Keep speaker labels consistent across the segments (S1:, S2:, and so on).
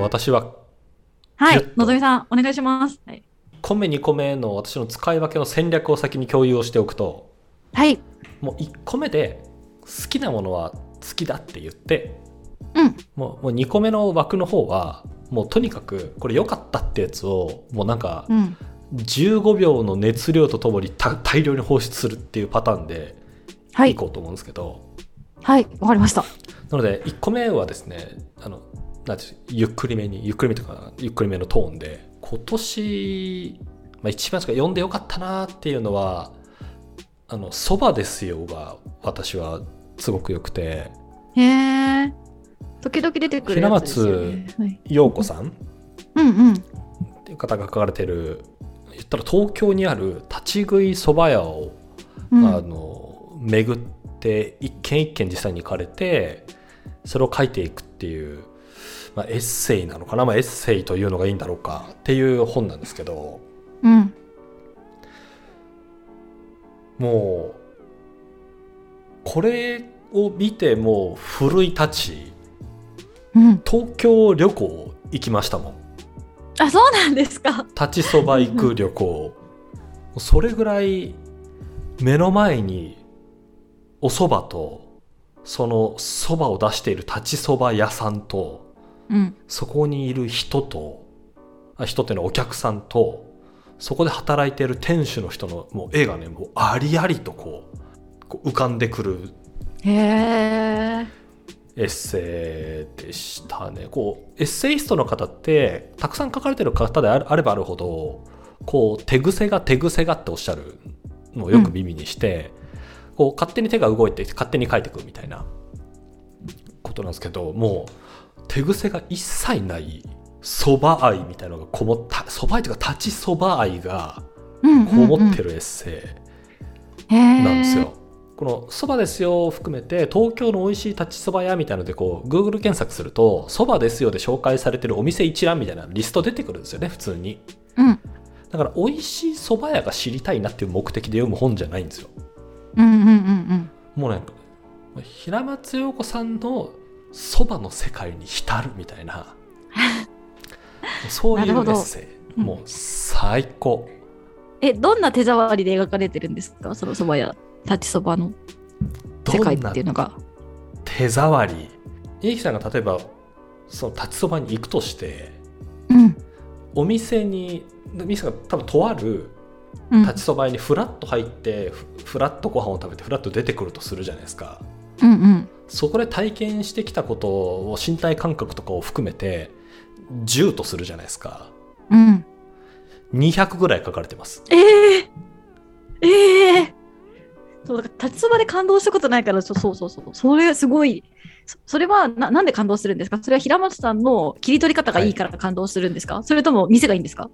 S1: 私は
S2: は
S1: ギュ
S2: い
S1: ッ。と
S2: のぞみさん、お願いします。はい。
S1: 米2個目の私の使い分けの戦略を先に共有をしておくと
S2: はい。
S1: もう1個目で好きなものは好きだって言って
S2: うん。
S1: もうもう2個目の枠の方はもうとにかくこれ良かったってやつをもうなんか
S2: うん。
S1: 15秒の熱量とともにた大量に放出するっていうパターンで
S2: はいい。
S1: こうと思うんですけど、
S2: はい。わかりました。
S1: なので1個目はですねあのなんていうゆっくりめにゆっくりめとかゆっくりめのトーンで今年、まあ、一番しか読んでよかったなっていうのは「あのそばですよ」が私はすごくよくて
S2: へえ。時々出てくるやつですよね。はい。
S1: 陽子さん
S2: うんうん。
S1: っていう方が書かれてる言ったら東京にある立ち食いそば屋を、
S2: うん
S1: あの巡って一軒一軒実際に行かれてそれを書いていくっていう、まあ、エッセイなのかな、まあ、エッセイというのがいいんだろうかっていう本なんですけど
S2: うん。
S1: もうこれを見てもう奮い立ち
S2: うん。
S1: 東京旅行行きましたもん。
S2: あ、そうなんですか。
S1: 立ちそば行く旅行それぐらい目の前にお蕎麦とその蕎麦を出している立ちそば屋さんと
S2: うん。
S1: そこにいる人とあ人っていうのはお客さんとそこで働いている店主の人のもう絵がねもうありありとこうこう浮かんでくる
S2: へえ。
S1: エッセイでしたねこうエッセイストの方ってたくさん書かれてる方であるあればあるほどこう手癖が手癖がっておっしゃるのをよく耳にして、こう勝手に手が動いて勝手に書いてくみたいなことなんですけどもう手癖が一切ないそば愛みたいなのがこもったそば愛というか立ちそば愛が
S2: うんうん。
S1: こもって
S2: る。
S1: るエッセイ。な
S2: なん
S1: ですよ。。このそばですよを含めて東京の美味しい立ちそば屋みたいなのでこう Google 検索するとそばですよで紹介されてるお店一覧みたいなリスト出てくるんですよね普通に
S2: うん。
S1: だから美味しいそば屋が知りたいなっていう目的で読む本じゃないんですよ
S2: うんうんうん
S1: もうなんか平松洋子さんのそばの世界に浸るみたい なそういうエ
S2: なるほど
S1: ッセイ
S2: うん
S1: もう最高
S2: うん。え、どんな手触りで描かれてるんですかそのそばや立ちそばの世
S1: ど
S2: 界
S1: ん
S2: っ
S1: な
S2: ていうのが。
S1: 手触りゆきさんが例えばその立ちそばに行くとして
S2: うん。
S1: お店に店が多分とある
S2: うん
S1: 立ちそば屋にフラッと入って、ふフラッとご飯を食べてフラッと出てくるとするじゃないですか
S2: うんうん。
S1: そこで体験してきたことを身体感覚とかを含めて10とするじゃないですか
S2: うん。
S1: 200ぐらい書かれてます
S2: ええええそうだから立ちそばで感動したことないからそそうそうそうそれすごいそそれはななんで感動するんですかそれは平松さんの切り取り方がいいから感動するんですか、それとも店がいいんですか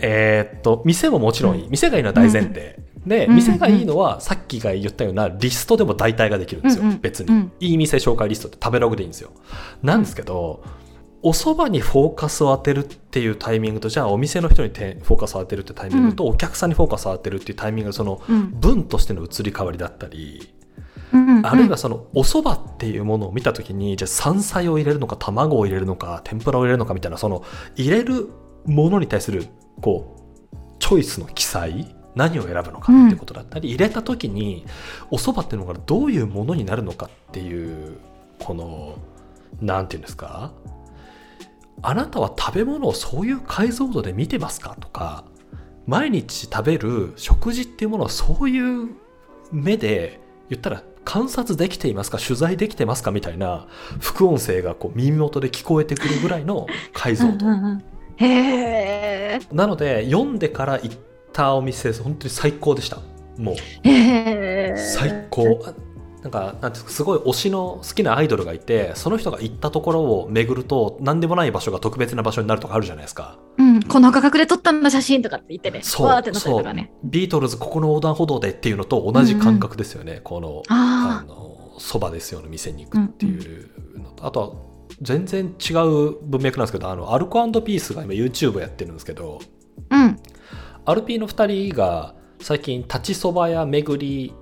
S1: えーっと店ももちろんいい店がいいのは大前提、で
S2: うん
S1: 店がいいのはさっきが言ったようなリストでも代替ができるんですよ、
S2: うんうん
S1: 別に
S2: うん
S1: いい店紹介リストって食べログでいいんですよなんですけどおそばにフォーカスを当てるっていうタイミングとじゃあお店の人にてフォーカスを当てるってタイミングと、お客さんにフォーカスを当てるっていうタイミングのその
S2: うん、
S1: 文としての移り変わりだったり、
S2: うん
S1: あるいはそのおそばっていうものを見た時にじゃあ山菜を入れるのか卵を入れるのか天ぷらを入れるのかみたいなその入れるものに対するこうチョイスの記載何を選ぶのかってことだったり、入れた時におそばっていうのがどういうものになるのかっていうこのなんていうんですかあなたは食べ物をそういう解像度で見てますかとか毎日食べる食事っていうものはそういう目で言ったら観察できていますか取材できてますかみたいな副音声がこう耳元で聞こえてくるぐらいの解像
S2: うんう
S1: 度
S2: んうんへー
S1: なので読んでから行ったお店本当に最高でしたもう
S2: へー
S1: 最高あなんかなんていうんですかすごい推しの好きなアイドルがいてその人が行ったところを巡ると何でもない場所が特別な場所になるとかあるじゃないですか
S2: うん、この価格で撮ったんだ写真とかって言ってね
S1: そう
S2: わーってなったりとかね
S1: ビートルズここの横断歩道でっていうのと同じ感覚ですよね、このあ
S2: あ
S1: のそばですよの店に行くっていうのと、あとは全然違う文脈なんですけどあのアルコピースが今 YouTube やってるんですけど
S2: あうん
S1: アルピーの2人が最近立ちそばや巡り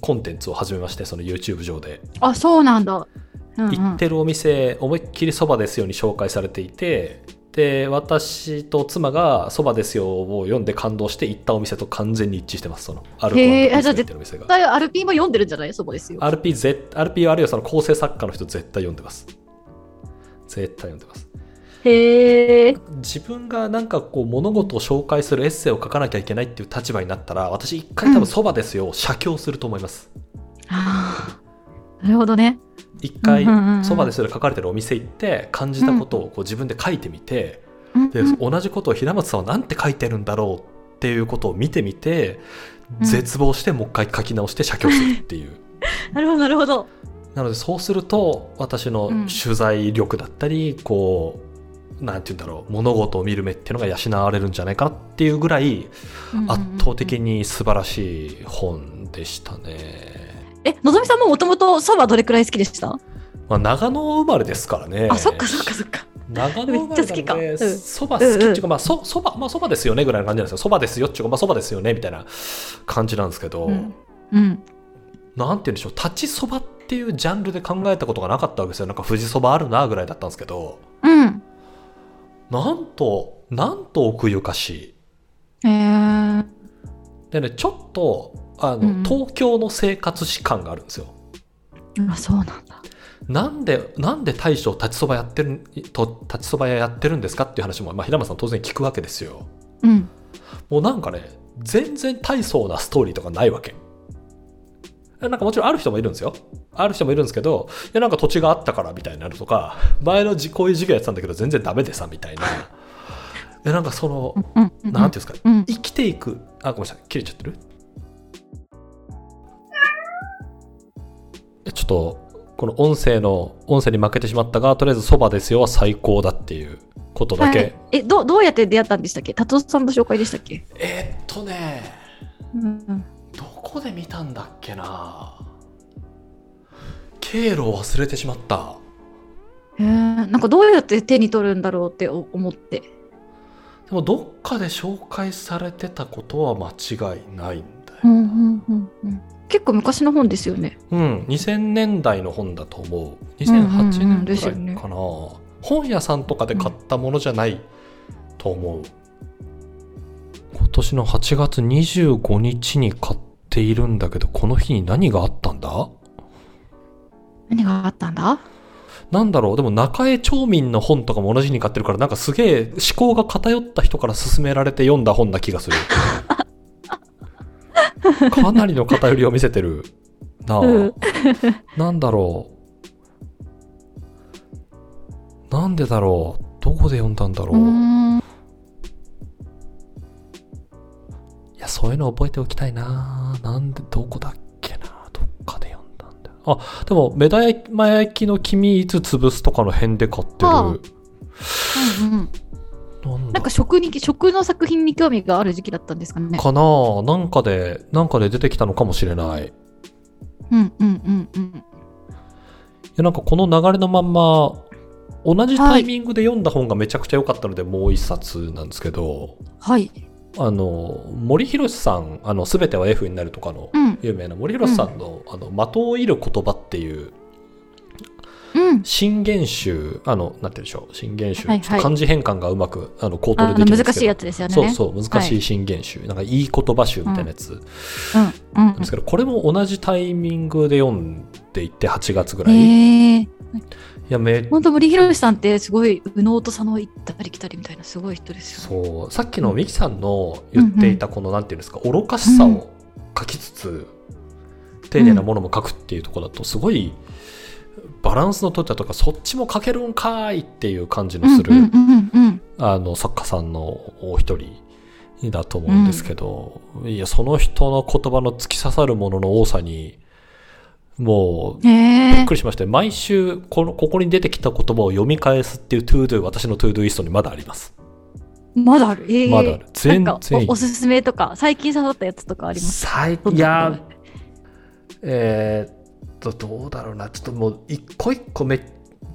S1: コンテンツを始めましてその YouTube 上で
S2: あそうなんだうんうん
S1: 行ってるお店思いっきりそばですよに紹介されていてで私と妻が「そばですよ」を読んで感動して行ったお店と完全に一致してますそのアルコ
S2: へー
S1: ール
S2: あじゃあ
S1: ってるお店が
S2: 絶。対アルピーも読んでるんじゃないそこですよ。
S1: RP, ぜ RP あるいはその構成作家の人絶対読んでます絶対読んでます
S2: へえ。
S1: 自分がなんかこう物事を紹介するエッセイを書かなきゃいけないっていう立場になったら私一回多
S2: う
S1: 分
S2: ん
S1: そばですよ、写経すると思います
S2: あー なるほどね。
S1: 一回
S2: うんうんうんうん
S1: そばですよで書かれてるお店行って感じたことをこう自分で書いてみて、
S2: うんうん
S1: で同じことを平松さんは何て書いてるんだろうっていうことを見てみて
S2: うん
S1: 絶望してもう一回書き直して写経するっていう
S2: なるほど、なるほど。
S1: なのでそうすると私の
S2: うん
S1: 取材力だったり、こうなんて言うんだろう物事を見る目っていうのが養われるんじゃないかなっていうぐらい圧倒的
S2: に。
S1: に素晴らしい本でしたね。
S2: え、のぞみさんももともとそばどれくらい好きでした
S1: まあ、長野生まれですからね。
S2: あ、そっかそっかそっか。
S1: 長野生まれなの
S2: めっ
S1: で
S2: ちゃ好きかうん
S1: そば好きっていうか、まあ、そそば、まあ、そばですよねぐらいの感じなんですよ。そばですよっていうか、まあ、そばですよねみたいな感じなんですけど、
S2: うん。うん。
S1: なんて言うんでしょう、立ちそばっていうジャンルで考えたことがなかったわけですよ。なんか富士そばあるなぐらいだったんですけど。
S2: うん。
S1: なんと、なんと奥ゆかし
S2: えー。
S1: い。でね、ちょっと、あの、
S2: うんうん
S1: 東京の生活史感があるんですよ。
S2: あ、そうなんだ。
S1: なんで、なんで大将立ちそばやってるん、と立ちそば屋やってるんですかっていう話も、まあ、平間さん当然聞くわけですよ。
S2: うん。
S1: もうなんかね、全然大層なストーリーとかないわけ。なんかもちろんある人もいるんですよ。ある人もいるんですけど、いやなんか土地があったからみたいになるとか、前のじこういう授業やってたんだけど全然ダメでさみたいな。いやなんかその、
S2: うん。う
S1: なんていうんですか、
S2: うん。
S1: 生きていくあごめんなさい切れちゃってるえちょっとこの音声の音声に負けてしまったがとりあえず「そばですよ」は最高だっていうことだけ、
S2: はい、えどうどうやって出会ったんでしたっけ達夫さんの紹介でしたっけ、
S1: えーっとね
S2: うん、
S1: どこで見たんだっけな経路を忘れてしまった
S2: へえなんかどうやって手に取るんだろうってお思って
S1: でもどっかで紹介されてたことは間違いないんだよ、
S2: うんうんうんうん結構昔の本ですよね
S1: うん、2000年代の本だと思う
S2: うんうんう
S1: 2008年
S2: ん
S1: ぐ
S2: です
S1: ら
S2: よ
S1: い
S2: ね
S1: かな、本屋さんとかで買ったものじゃないと思う、今年の8月25日に買っているんだけどこの日に何があったんだ
S2: 何があったんだ
S1: なんだろうでも中江町民の本とかも同じ日に買ってるからなんかすげえ思考が偏った人から勧められて読んだ本な気がするかなりの偏りを見せてるなあ、
S2: うん
S1: なんだろうなんでだろうどこで読んだんだろ
S2: う
S1: う、
S2: ー
S1: い
S2: ん
S1: やそういうの覚えておきたいななんでどこだっけなどっかで読んだんだあでも目玉焼きの君いつ潰すとかの辺で買ってる、
S2: はうんうん
S1: なん
S2: な
S1: だ
S2: んか食に食の作品に興味がある時期だったんですかね
S1: かなあなんかで、なんかで出てきたのかもしれない。い
S2: うんうんうんうん
S1: や、なんかこの流れのまんま、同じタイミングで読んだ本がめちゃくちゃ良かったので、もう一冊なんですけど、
S2: はい
S1: あの、森博さん、あの、すべては F になるとかの、
S2: うん
S1: 有名な森博さんの、あの、的を射る言葉っていう、
S2: うん
S1: 新言集、あの、なんて言うんでしょう、新言集、
S2: はいはい
S1: ちょっと漢字変換がうまく、あの、口頭
S2: あ
S1: でで
S2: の
S1: きるんですけど。
S2: 難しいやつですよね
S1: そうそう、難しい新言集、なんかいい言葉集みたいなやつ。
S2: うんうん
S1: なんですけど、これも同じタイミングで読んでいて、8月ぐらい。い
S2: へえ
S1: や、め
S2: 本当森博さんってすごい右脳と左脳行ったり来たりみたいなすごい人ですよね
S1: そう、さっきのミキさんの言っていた、この、なんていうんですか、愚かしさを書きつつ、丁寧なものも書くっていうところだと、すごい、バランスの取ったとか、そっちも書けるんかーいっていう感じのする、
S2: うんうんうんうんうん
S1: あの、作家さんのお一人。だと思うんですけど、いや、その人の言葉の突き刺さるものの多さに、もう、び
S2: へ
S1: っ
S2: え
S1: くりしましたよ毎週このここに出てきた言葉を読み返すっていうトゥードゥ私のトゥードゥイストにまだあります
S2: まだあるええ
S1: まだある全
S2: なんか
S1: 然いい
S2: おおすすめとか最近刺さったやつとかあります
S1: 最
S2: どん
S1: い
S2: なの
S1: やえーっとどうだろうなちょっともう一個一個め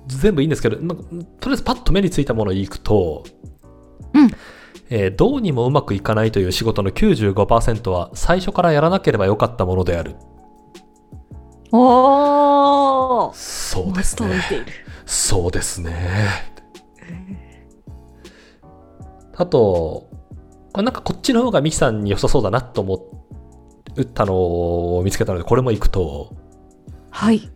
S1: 全部いいんですけどなんかとりあえずパッと目についたものをいくと、
S2: うん
S1: えーどうにもうまくいかないという仕事の95%は最初からやらなければよかったものである
S2: おト
S1: そう
S2: モ
S1: で
S2: ンス
S1: す
S2: トを
S1: ね
S2: 見ている。
S1: そうですねあとこれなんかこっちの方がミキさんに良さそうだなと思ったのを見つけたのでこれもいくと
S2: はい。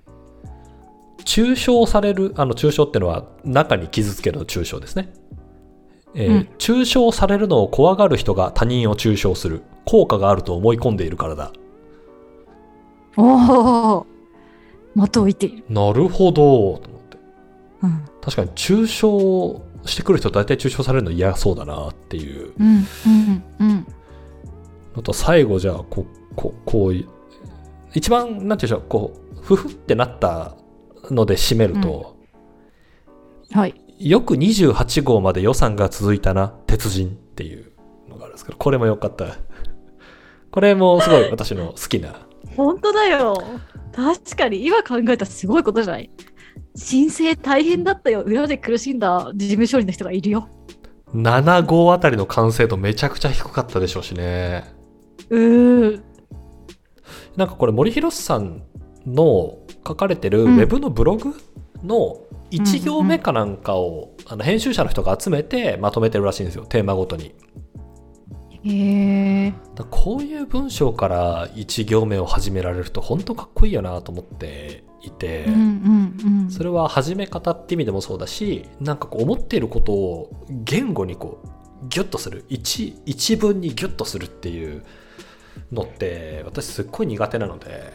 S1: 中傷されるあの中傷ってのは中に傷つけるの中傷ですね、えー
S2: うん
S1: 中傷されるのを怖がる人が他人を中傷する効果があると思い込んでいるからだ
S2: おお。的を見ている。
S1: なるほどと思って
S2: うん。
S1: 確かに中傷してくる人大体中傷されるの嫌そうだなっていう
S2: うん。うん。うん。
S1: あと最後じゃあこここういう一番なんていうんでしょうこうふふってなったので締めると、
S2: はい。
S1: よく28号まで予算が続いたな鉄人っていうのがあるんですけどこれも良かったこれもすごい私の好きな
S2: 本当だよ。確かに今考えたらすごいことじゃない申請大変だったよ。裏で苦しんだ事務処理の人がいるよ。
S1: 7号あたりの完成度めちゃくちゃ低かったでしょうしね
S2: うーん。
S1: なんかこれ森博さんの書かれてるウェブのブログの1行目かなんかをあの編集者の人が集めてまとめてるらしいんですよテーマごとに
S2: へえ。
S1: だからこういう文章から1行目を始められると本当かっこいいよなと思っていて、
S2: うんうんうん。
S1: それは始め方って意味でもそうだしなんかこう思っていることを言語にこうギュッとする一一文にギュッとするっていうのって私すっごい苦手なので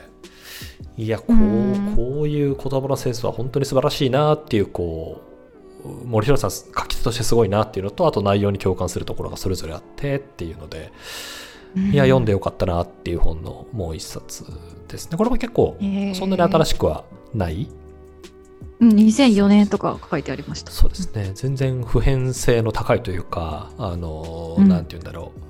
S1: いやこう
S2: うん
S1: こういう言葉のセンスは本当に素晴らしいなっていうこう森弘さん書き手としてすごいなっていうのとあと内容に共感するところがそれぞれあってっていうのでいや読んでよかったなっていう本のもう一冊ですねこれも結構
S2: へえ
S1: そんなに新しくはない
S2: うん、2004年とか書いてありました。
S1: そうですね全然普遍性の高いというかあの、
S2: うん
S1: なんて言うんだろう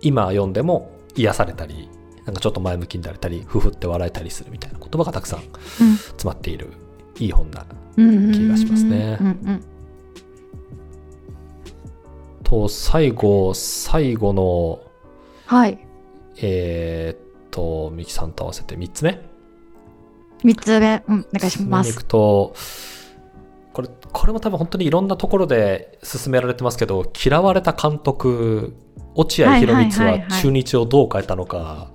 S1: 今読んでも癒されたりなんかちょっと前向きになれたりふふって笑えたりするみたいな言葉がたくさん詰
S2: うん
S1: まっているいい本だ
S2: うんうん
S1: 気がしますね
S2: うんうん
S1: と最後最後の
S2: はい。
S1: えーっとミキさんと合わせて3つ目
S2: 三つ目、うん、お願いしま
S1: 進めに行
S2: す。
S1: くとこれこれも多分本当にいろんなところで進められてますけど嫌われた監督落合博満
S2: はいはい
S1: は
S2: はいはい
S1: 中日をどう変えたのか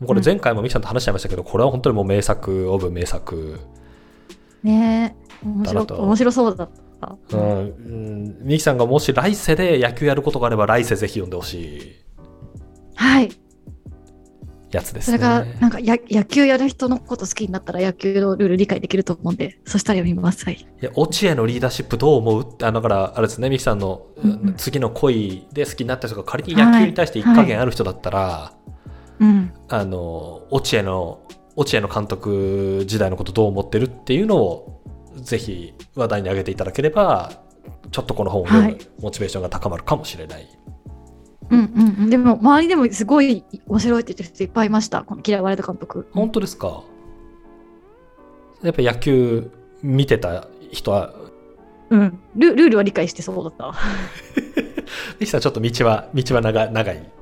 S1: もうこれ
S2: うん
S1: 前回もミキさんと話しちゃいましたけど、これは本当にもう名作オブ名作、
S2: ねえ、
S1: だ
S2: 面
S1: な
S2: 白
S1: と
S2: 面白そうだった。
S1: うんうんミキさんがもし来世で野球やることがあれば来世ぜひ読んでほしい
S2: はい。
S1: やつです
S2: そ
S1: ね
S2: れから、なんかや野球やる人のこと好きになったら野球のルール理解できると思うんで、そしたら読みます。はい。
S1: いや落合のリーダーシップどう思うあだからあれですねミキさんの
S2: うんうん
S1: 次の恋で好きになった人が仮に野球に対して一加減ある人だったら、
S2: うん。
S1: あの落合の落合の監督時代のことどう思ってるっていうのをぜひ話題に上げていただければちょっとこの本を読む、
S2: はい
S1: モチベーションが高まるかもしれない
S2: うんうんうん。でも、周りでもすごい面白いって言ってる人いっぱいいました。この嫌われた監督。
S1: 本当ですかやっぱ野球見てた人は
S2: うん。ルルールは理解してそうだった。
S1: ミキさんちょっと道は道は長長い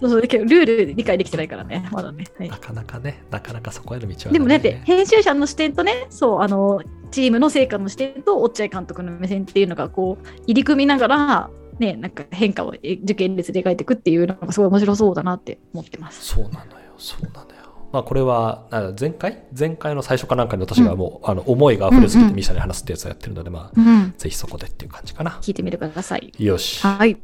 S2: そうそう、だけど、ルール理解できてないからね、まだね。はい
S1: なかなかねなかなかそこへの道は長い
S2: でもねだって編集者の視点とねそうあのチームの成果の視点と落合監督の目線っていうのがこう入り組みながら、ね、なんか変化をえ受験列で描いていくっていうのがすごい面白そうだなって思ってます。
S1: そうなのよ、そうなのよ。まあ、これは、あ前回前回の最初かなんかに私がもう、あの思いが溢れすぎ
S2: うん
S1: て
S2: うん
S1: ミシャに話すってやつをやってるので、まあ、
S2: うん、
S1: ぜひそこでっていう感じかな。
S2: 聞いてみてください。
S1: よし。
S2: はい、